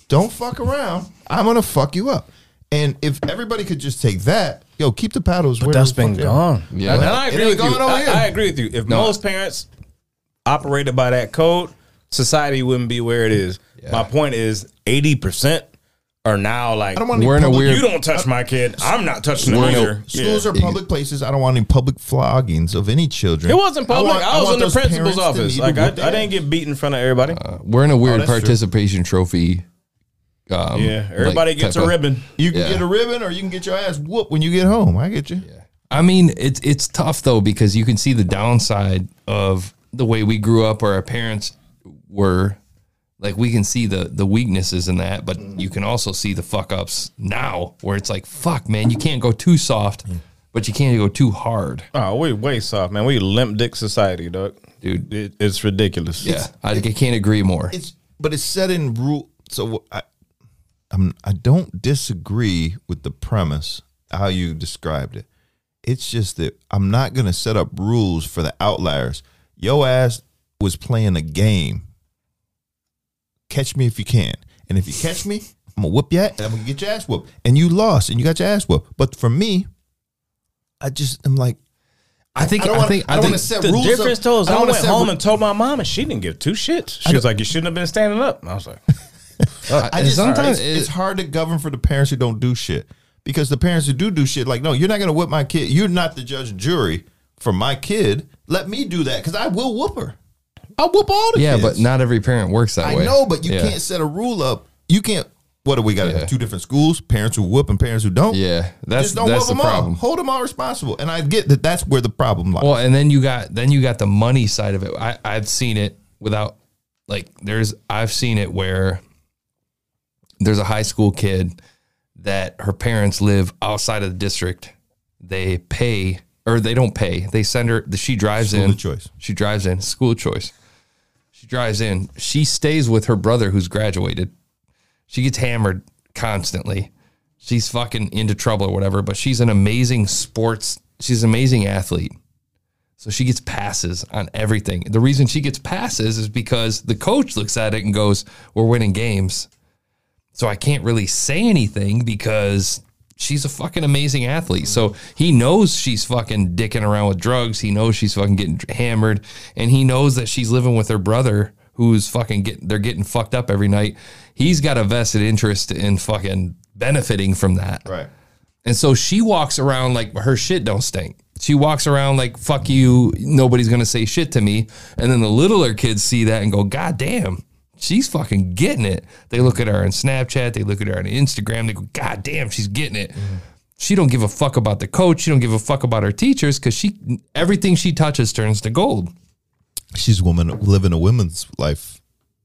Speaker 6: Don't fuck around. I'm gonna fuck you up. And if everybody could just take that, yo, keep the paddles. But
Speaker 5: That's been gone.
Speaker 7: Yeah.
Speaker 5: and I
Speaker 6: It
Speaker 5: agree
Speaker 6: ain't
Speaker 5: with you.
Speaker 6: gone over
Speaker 5: I,
Speaker 6: here.
Speaker 5: I agree with you. If most parents operated by that code, society wouldn't be where it is. My point is, eighty percent are now like,
Speaker 6: I don't want any
Speaker 7: We're in a
Speaker 6: public-
Speaker 7: weird-
Speaker 5: you don't touch my kid. I'm not touching them
Speaker 7: We're in a-
Speaker 5: either.
Speaker 6: Schools are public places. I don't want any public floggings of any children.
Speaker 5: It wasn't public. I,
Speaker 6: want-
Speaker 5: was
Speaker 6: want
Speaker 5: in the
Speaker 6: those
Speaker 5: principal's
Speaker 6: parents to
Speaker 5: office.
Speaker 6: need to
Speaker 5: Like I,
Speaker 6: whip their
Speaker 5: I didn't
Speaker 6: ass. Uh,
Speaker 5: get beat in front of everybody.
Speaker 7: We're in
Speaker 5: Oh,
Speaker 7: a weird
Speaker 6: that's true.
Speaker 7: participation trophy. Um,
Speaker 5: yeah, everybody
Speaker 7: like,
Speaker 5: gets
Speaker 7: type
Speaker 5: a
Speaker 7: of-
Speaker 5: ribbon.
Speaker 6: You can
Speaker 7: Yeah.
Speaker 6: get a ribbon or you can get your ass whooped when you get home. I get you.
Speaker 7: I mean, it's it's tough though because you can see the downside of the way we grew up or our parents were. Like we can see the the weaknesses in that, but
Speaker 6: Mm-hmm.
Speaker 7: you can also see the fuck ups now where it's like, fuck, man, you can't go too soft, but you can't go too hard,
Speaker 5: Oh, we way soft, man. We limp dick society, dog.
Speaker 7: dude.
Speaker 5: It, it's ridiculous.
Speaker 7: Yeah, I, I can't agree more.
Speaker 6: It's but it's set in rule. So I, I'm I don't disagree with the premise how you described it. It's just that I'm not gonna set up rules for the outliers. Yo ass was playing a game. Catch me if you can, and if you catch me, I'm gonna whip your ass, and I'm gonna get your ass whooped. And you lost, and you got your ass whooped. But for me, I just am like
Speaker 7: I think
Speaker 6: I
Speaker 7: I,
Speaker 6: don't want
Speaker 7: think I,
Speaker 6: I don't
Speaker 7: think
Speaker 6: want to set
Speaker 5: The
Speaker 6: rules. up.
Speaker 5: difference though is I,
Speaker 6: don't wanna
Speaker 5: went
Speaker 6: set
Speaker 5: home
Speaker 6: ru-
Speaker 5: and told my mom, and she didn't give two shits. She was like, "You shouldn't have been standing up." And I was like,
Speaker 7: I-
Speaker 6: I just
Speaker 7: sometimes
Speaker 6: it's,
Speaker 7: it-
Speaker 6: it's hard to govern for the parents who don't do shit because the parents who do do shit like no, you're not gonna whip my kid. You're not the judge and jury for my kid. Let me do that because I will whoop her. I will whoop all the
Speaker 7: yeah,
Speaker 6: kids.
Speaker 7: but not every parent works that
Speaker 6: I
Speaker 7: way.
Speaker 6: know, but you
Speaker 7: Yeah.
Speaker 6: can't set a rule up. You can't. What do we got?
Speaker 7: Yeah.
Speaker 6: Two different schools: parents who whoop and parents who don't.
Speaker 7: Yeah, that's
Speaker 6: just don't
Speaker 7: that's
Speaker 6: whoop
Speaker 7: the
Speaker 6: them all.
Speaker 7: problem.
Speaker 6: Hold them all responsible. And I get that. That's where the problem lies.
Speaker 7: Well, and then you got then you got the money side of it. I I've seen it without like there's I've seen it where there's a high school kid that her parents live outside of the district. They pay or they don't pay. They send her she drives
Speaker 6: School
Speaker 7: in
Speaker 6: of choice.
Speaker 7: She drives in school of choice. She drives in. She stays with her brother who's graduated. She gets hammered constantly. She's fucking into trouble or whatever, but she's an amazing sports, she's an amazing athlete. So she gets passes on everything. The reason she gets passes is because the coach looks at it and goes, We're winning games. So I can't really say anything because she's a fucking amazing athlete. So he knows she's fucking dicking around with drugs. He knows she's fucking getting hammered. And he knows that she's living with her brother who's fucking getting, they're getting fucked up every night. He's got a vested interest in fucking benefiting from that.
Speaker 6: right.
Speaker 7: And so she walks around like her shit don't stink. She walks around like fuck you, nobody's gonna say shit to me. And then the littler kids see that and go, God damn, she's fucking getting it. They look at her on Snapchat, they look at her on Instagram, they go, God damn, she's getting it. She don't give a fuck about the coach, she don't give a fuck about her teachers because she everything she touches turns to gold.
Speaker 6: She's a woman living a woman's life.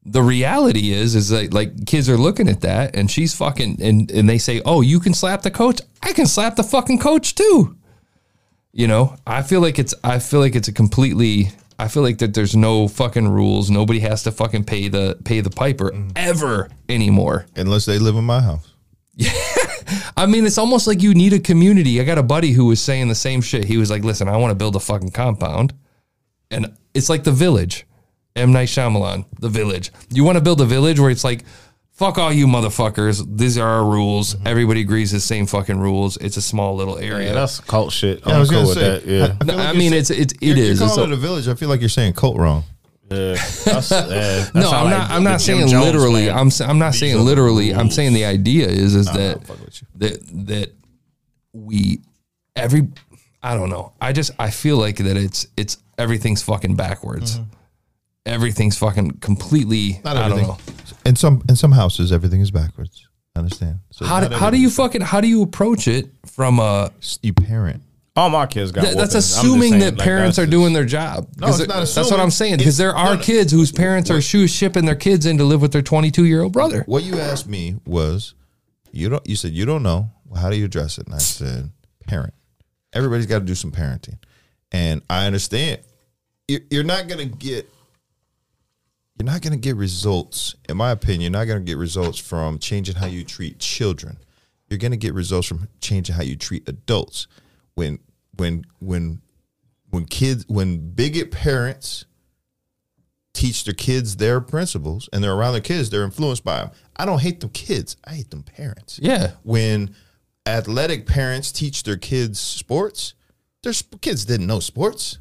Speaker 7: the reality is is that like kids are looking at that and she's fucking and and they say oh you can slap the coach i can slap the fucking coach too you know i feel like it's i feel like it's a completely i feel like that there's no fucking rules nobody has to fucking pay the pay the piper ever anymore
Speaker 6: Unless they live in my house.
Speaker 7: I mean, it's almost like you need a community. I got a buddy who was saying the same shit. He was like, listen, I want to build a fucking compound. And it's like the village. M. Night Shyamalan, the village. You want to build a village where it's like, fuck all you motherfuckers. These are our rules. Everybody agrees the same fucking rules. It's a small little area.
Speaker 5: Yeah, that's cult shit.
Speaker 6: Yeah,
Speaker 5: I'm cool with that. Yeah.
Speaker 6: feel
Speaker 7: I
Speaker 6: you're
Speaker 7: mean,
Speaker 6: saying-
Speaker 7: it's it's it
Speaker 6: you're,
Speaker 7: is.
Speaker 6: You're
Speaker 7: It's
Speaker 6: calling
Speaker 7: a-
Speaker 6: it a village. I feel like you're saying cult wrong.
Speaker 5: Yeah. That's- yeah, that's
Speaker 7: no,
Speaker 5: how,
Speaker 7: I'm
Speaker 5: like,
Speaker 7: not.
Speaker 5: the-
Speaker 7: I'm
Speaker 5: the
Speaker 7: not
Speaker 5: Jim
Speaker 7: saying
Speaker 5: Jones,
Speaker 7: literally.
Speaker 5: man.
Speaker 7: I'm s- I'm not
Speaker 5: These are
Speaker 7: saying
Speaker 5: the
Speaker 7: literally. I'm
Speaker 5: rules.
Speaker 7: saying the idea is is that
Speaker 6: fuck with you.
Speaker 7: that that we every I don't know. I just I feel like that it's it's everything's fucking backwards. Everything's fucking completely.
Speaker 6: Mm-hmm. Not
Speaker 7: I don't
Speaker 6: everything.
Speaker 7: know.
Speaker 6: In some in some houses, everything is backwards. I understand. So
Speaker 7: How
Speaker 6: not
Speaker 7: do, how do
Speaker 6: everything-
Speaker 7: you fucking how do you approach it from a
Speaker 6: you parent?
Speaker 5: All my kids got.
Speaker 7: Th-
Speaker 5: whoopings.
Speaker 7: that's
Speaker 5: I'm just
Speaker 7: assuming
Speaker 5: saying,
Speaker 7: that
Speaker 5: like,
Speaker 7: parents
Speaker 5: that's
Speaker 7: are
Speaker 5: just-
Speaker 7: doing their job.
Speaker 6: No,
Speaker 7: 'Cause
Speaker 6: it's
Speaker 7: it-
Speaker 6: not
Speaker 7: That's what
Speaker 6: assuming.
Speaker 7: I'm saying. Because
Speaker 6: It's-
Speaker 7: there
Speaker 6: no,
Speaker 7: are
Speaker 6: no.
Speaker 7: kids whose parents are shoe shipping their kids in to live with their 22 year old brother.
Speaker 6: What you asked me was, you don't. You said you don't know. Well, how do you address it? And I said, parent. Everybody's got to do some parenting, and I understand. You- You're not gonna get. You're not gonna get results, in my opinion. You're not gonna get results from changing how you treat children. You're gonna get results from changing how you treat adults. When when when when kids when bigot parents teach their kids their principles and they're around their kids, they're influenced by them. I don't hate them kids. I hate them parents.
Speaker 7: Yeah.
Speaker 6: When athletic parents teach their kids sports, their sp- kids didn't know sports.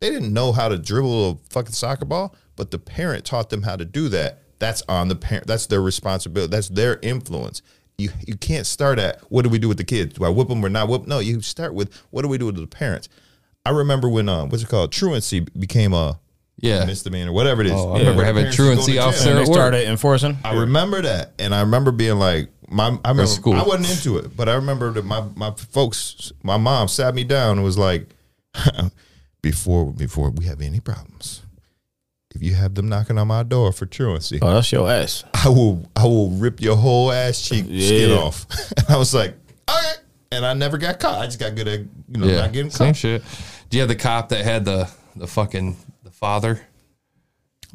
Speaker 6: They didn't know how to dribble a fucking soccer ball, but the parent taught them how to do that. That's on the parent. That's their responsibility. That's their influence. You you can't start at what do we do with the kids? Do I whip them or not whip? No, you start with what do we do with the parents? I remember when um, what's it called? Truancy became a
Speaker 7: Yeah.
Speaker 6: misdemeanor, whatever it is.
Speaker 7: I remember having
Speaker 6: Parents going to
Speaker 7: truancy
Speaker 6: jail.
Speaker 7: officer
Speaker 5: They
Speaker 7: at work.
Speaker 5: started enforcing.
Speaker 6: I remember that, and I remember being like, my I remember
Speaker 7: school.
Speaker 6: I wasn't into it, but I remember that my my folks, my mom sat me down and was like, before before we have any problems, if you have them knocking on my door for truancy,
Speaker 7: Uh.
Speaker 5: Oh, that's your ass.
Speaker 6: I will I will rip your whole ass cheek skin
Speaker 5: Yeah.
Speaker 6: off. and I was like, okay, and I never got caught. I just got good at you know
Speaker 7: Yeah,
Speaker 6: not getting
Speaker 7: same
Speaker 6: caught.
Speaker 7: shit. Do you have the cop that had the the fucking the father?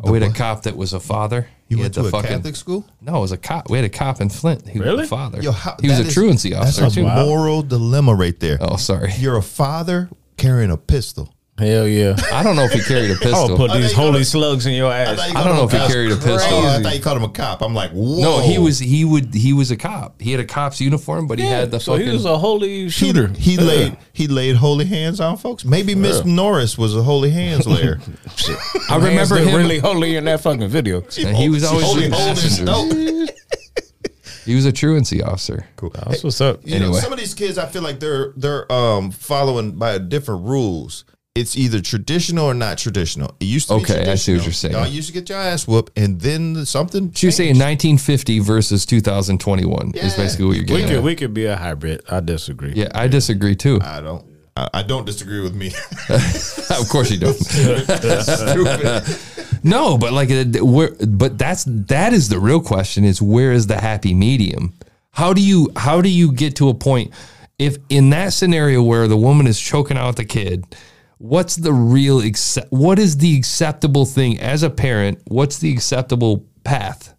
Speaker 7: we had a cop that was a father.
Speaker 6: You
Speaker 7: He
Speaker 6: went
Speaker 7: had
Speaker 6: to a
Speaker 7: the fucking-
Speaker 6: Catholic school.
Speaker 7: No, it was a cop. We had a cop in Flint. He was
Speaker 5: Really?
Speaker 7: a father.
Speaker 6: Yo, how-
Speaker 7: he was
Speaker 6: that
Speaker 7: a
Speaker 6: is-
Speaker 7: truancy officer
Speaker 6: That's a
Speaker 7: too.
Speaker 6: moral dilemma right there.
Speaker 7: Oh, sorry.
Speaker 6: You're a father carrying a pistol.
Speaker 5: Hell yeah.
Speaker 7: I don't know if he carried a
Speaker 5: I
Speaker 7: pistol.
Speaker 5: would put these
Speaker 6: you gonna-
Speaker 5: holy slugs in your ass.
Speaker 7: I don't know if he carried a pistol.
Speaker 6: Oh, I thought you called him a cop. I'm like, whoa.
Speaker 7: no, he was he would he was a cop. He had a cop's uniform, but he had the
Speaker 5: so
Speaker 7: fucking.
Speaker 5: he was a holy
Speaker 6: He,
Speaker 5: shooter.
Speaker 6: he laid he laid holy hands on folks. Maybe Miss Norris was a holy hands layer.
Speaker 7: I remember him.
Speaker 5: really holy in that fucking video.
Speaker 7: and he was
Speaker 6: She
Speaker 7: always
Speaker 6: holy Oh,
Speaker 7: shooting
Speaker 6: holding
Speaker 7: passengers.
Speaker 6: dope.
Speaker 7: He was a truancy officer.
Speaker 6: Cool.
Speaker 5: That's what's up.
Speaker 6: You know,
Speaker 7: Anyway.
Speaker 6: some of these kids, I feel like they're they're um following by different rules. It's either traditional or not traditional. It used to be
Speaker 7: Okay, I see what
Speaker 6: traditional.
Speaker 7: you're saying.
Speaker 6: Y'all used to get your ass whooped, and then something.
Speaker 7: She was
Speaker 6: changed.
Speaker 7: saying 1950 versus 2021 is basically what you're
Speaker 5: We
Speaker 7: getting.
Speaker 5: could
Speaker 7: at.
Speaker 5: we could be a hybrid. I disagree.
Speaker 7: yeah, I disagree too.
Speaker 6: "I don't, I, I don't disagree with me."
Speaker 7: of course you don't.
Speaker 6: Stupid.
Speaker 7: No, but like, uh, where, but that's that is the real question: is where is the happy medium? How do you how do you get to a point if in that scenario where the woman is choking out the kid? What's the real accept? What is the acceptable thing as a parent? What's the acceptable path?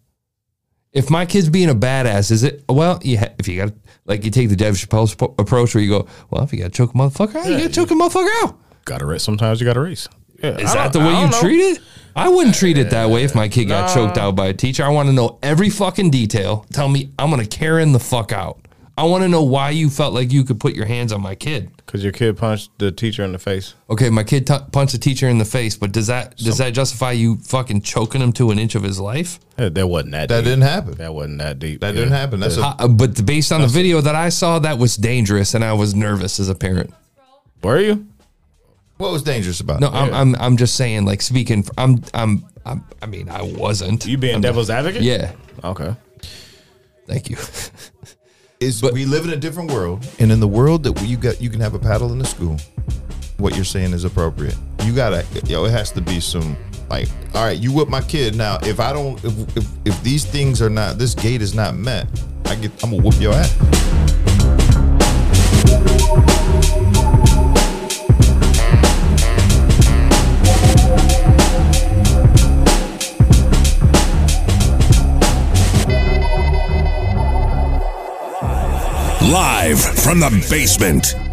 Speaker 7: If my kid's being a badass, is it well? You ha- if you got like you take the Dev Chappelle sp- approach where you go, well, if you got to choke a motherfucker out, you got to choke a motherfucker out.
Speaker 5: Gotta race. Sometimes you gotta race. Yeah.
Speaker 7: Is
Speaker 5: I
Speaker 7: that
Speaker 5: don't-
Speaker 7: the
Speaker 5: I
Speaker 7: way you
Speaker 5: don't know.
Speaker 7: treat it? I wouldn't treat it that way if my kid got choked out by a teacher. I want to know every fucking detail. Tell me I'm gonna Karen the fuck out. I want to know why you felt like you could put your hands on my kid.
Speaker 5: Cause your kid punched the teacher in the face.
Speaker 7: Okay, my kid t- punched a teacher in the face, but does that does that justify you fucking choking him to an inch of his life?
Speaker 5: That, that wasn't that.
Speaker 6: that
Speaker 5: deep.
Speaker 6: didn't happen. That
Speaker 5: That wasn't that deep. yeah.
Speaker 6: didn't happen. That's a,
Speaker 7: Uh, but based on the video that I saw, that was dangerous, and I was nervous as a parent.
Speaker 5: Were you?
Speaker 6: what was dangerous about.
Speaker 7: No,
Speaker 6: it?
Speaker 7: I'm, I'm I'm just saying, like speaking, f- I'm I'm, I'm I mean, I wasn't.
Speaker 5: You being
Speaker 7: I'm-
Speaker 5: devil's advocate?
Speaker 7: Yeah,
Speaker 5: Okay.
Speaker 7: thank you.
Speaker 6: is we live in a different world, and in the world that you got, you can have a paddle in the school. What you're saying is appropriate. You you gotta yo it has to be some like all right you whip my kid now if i don't if if, if these things are not this gate is not met i get i'm gonna whoop your ass
Speaker 2: Live from the basement.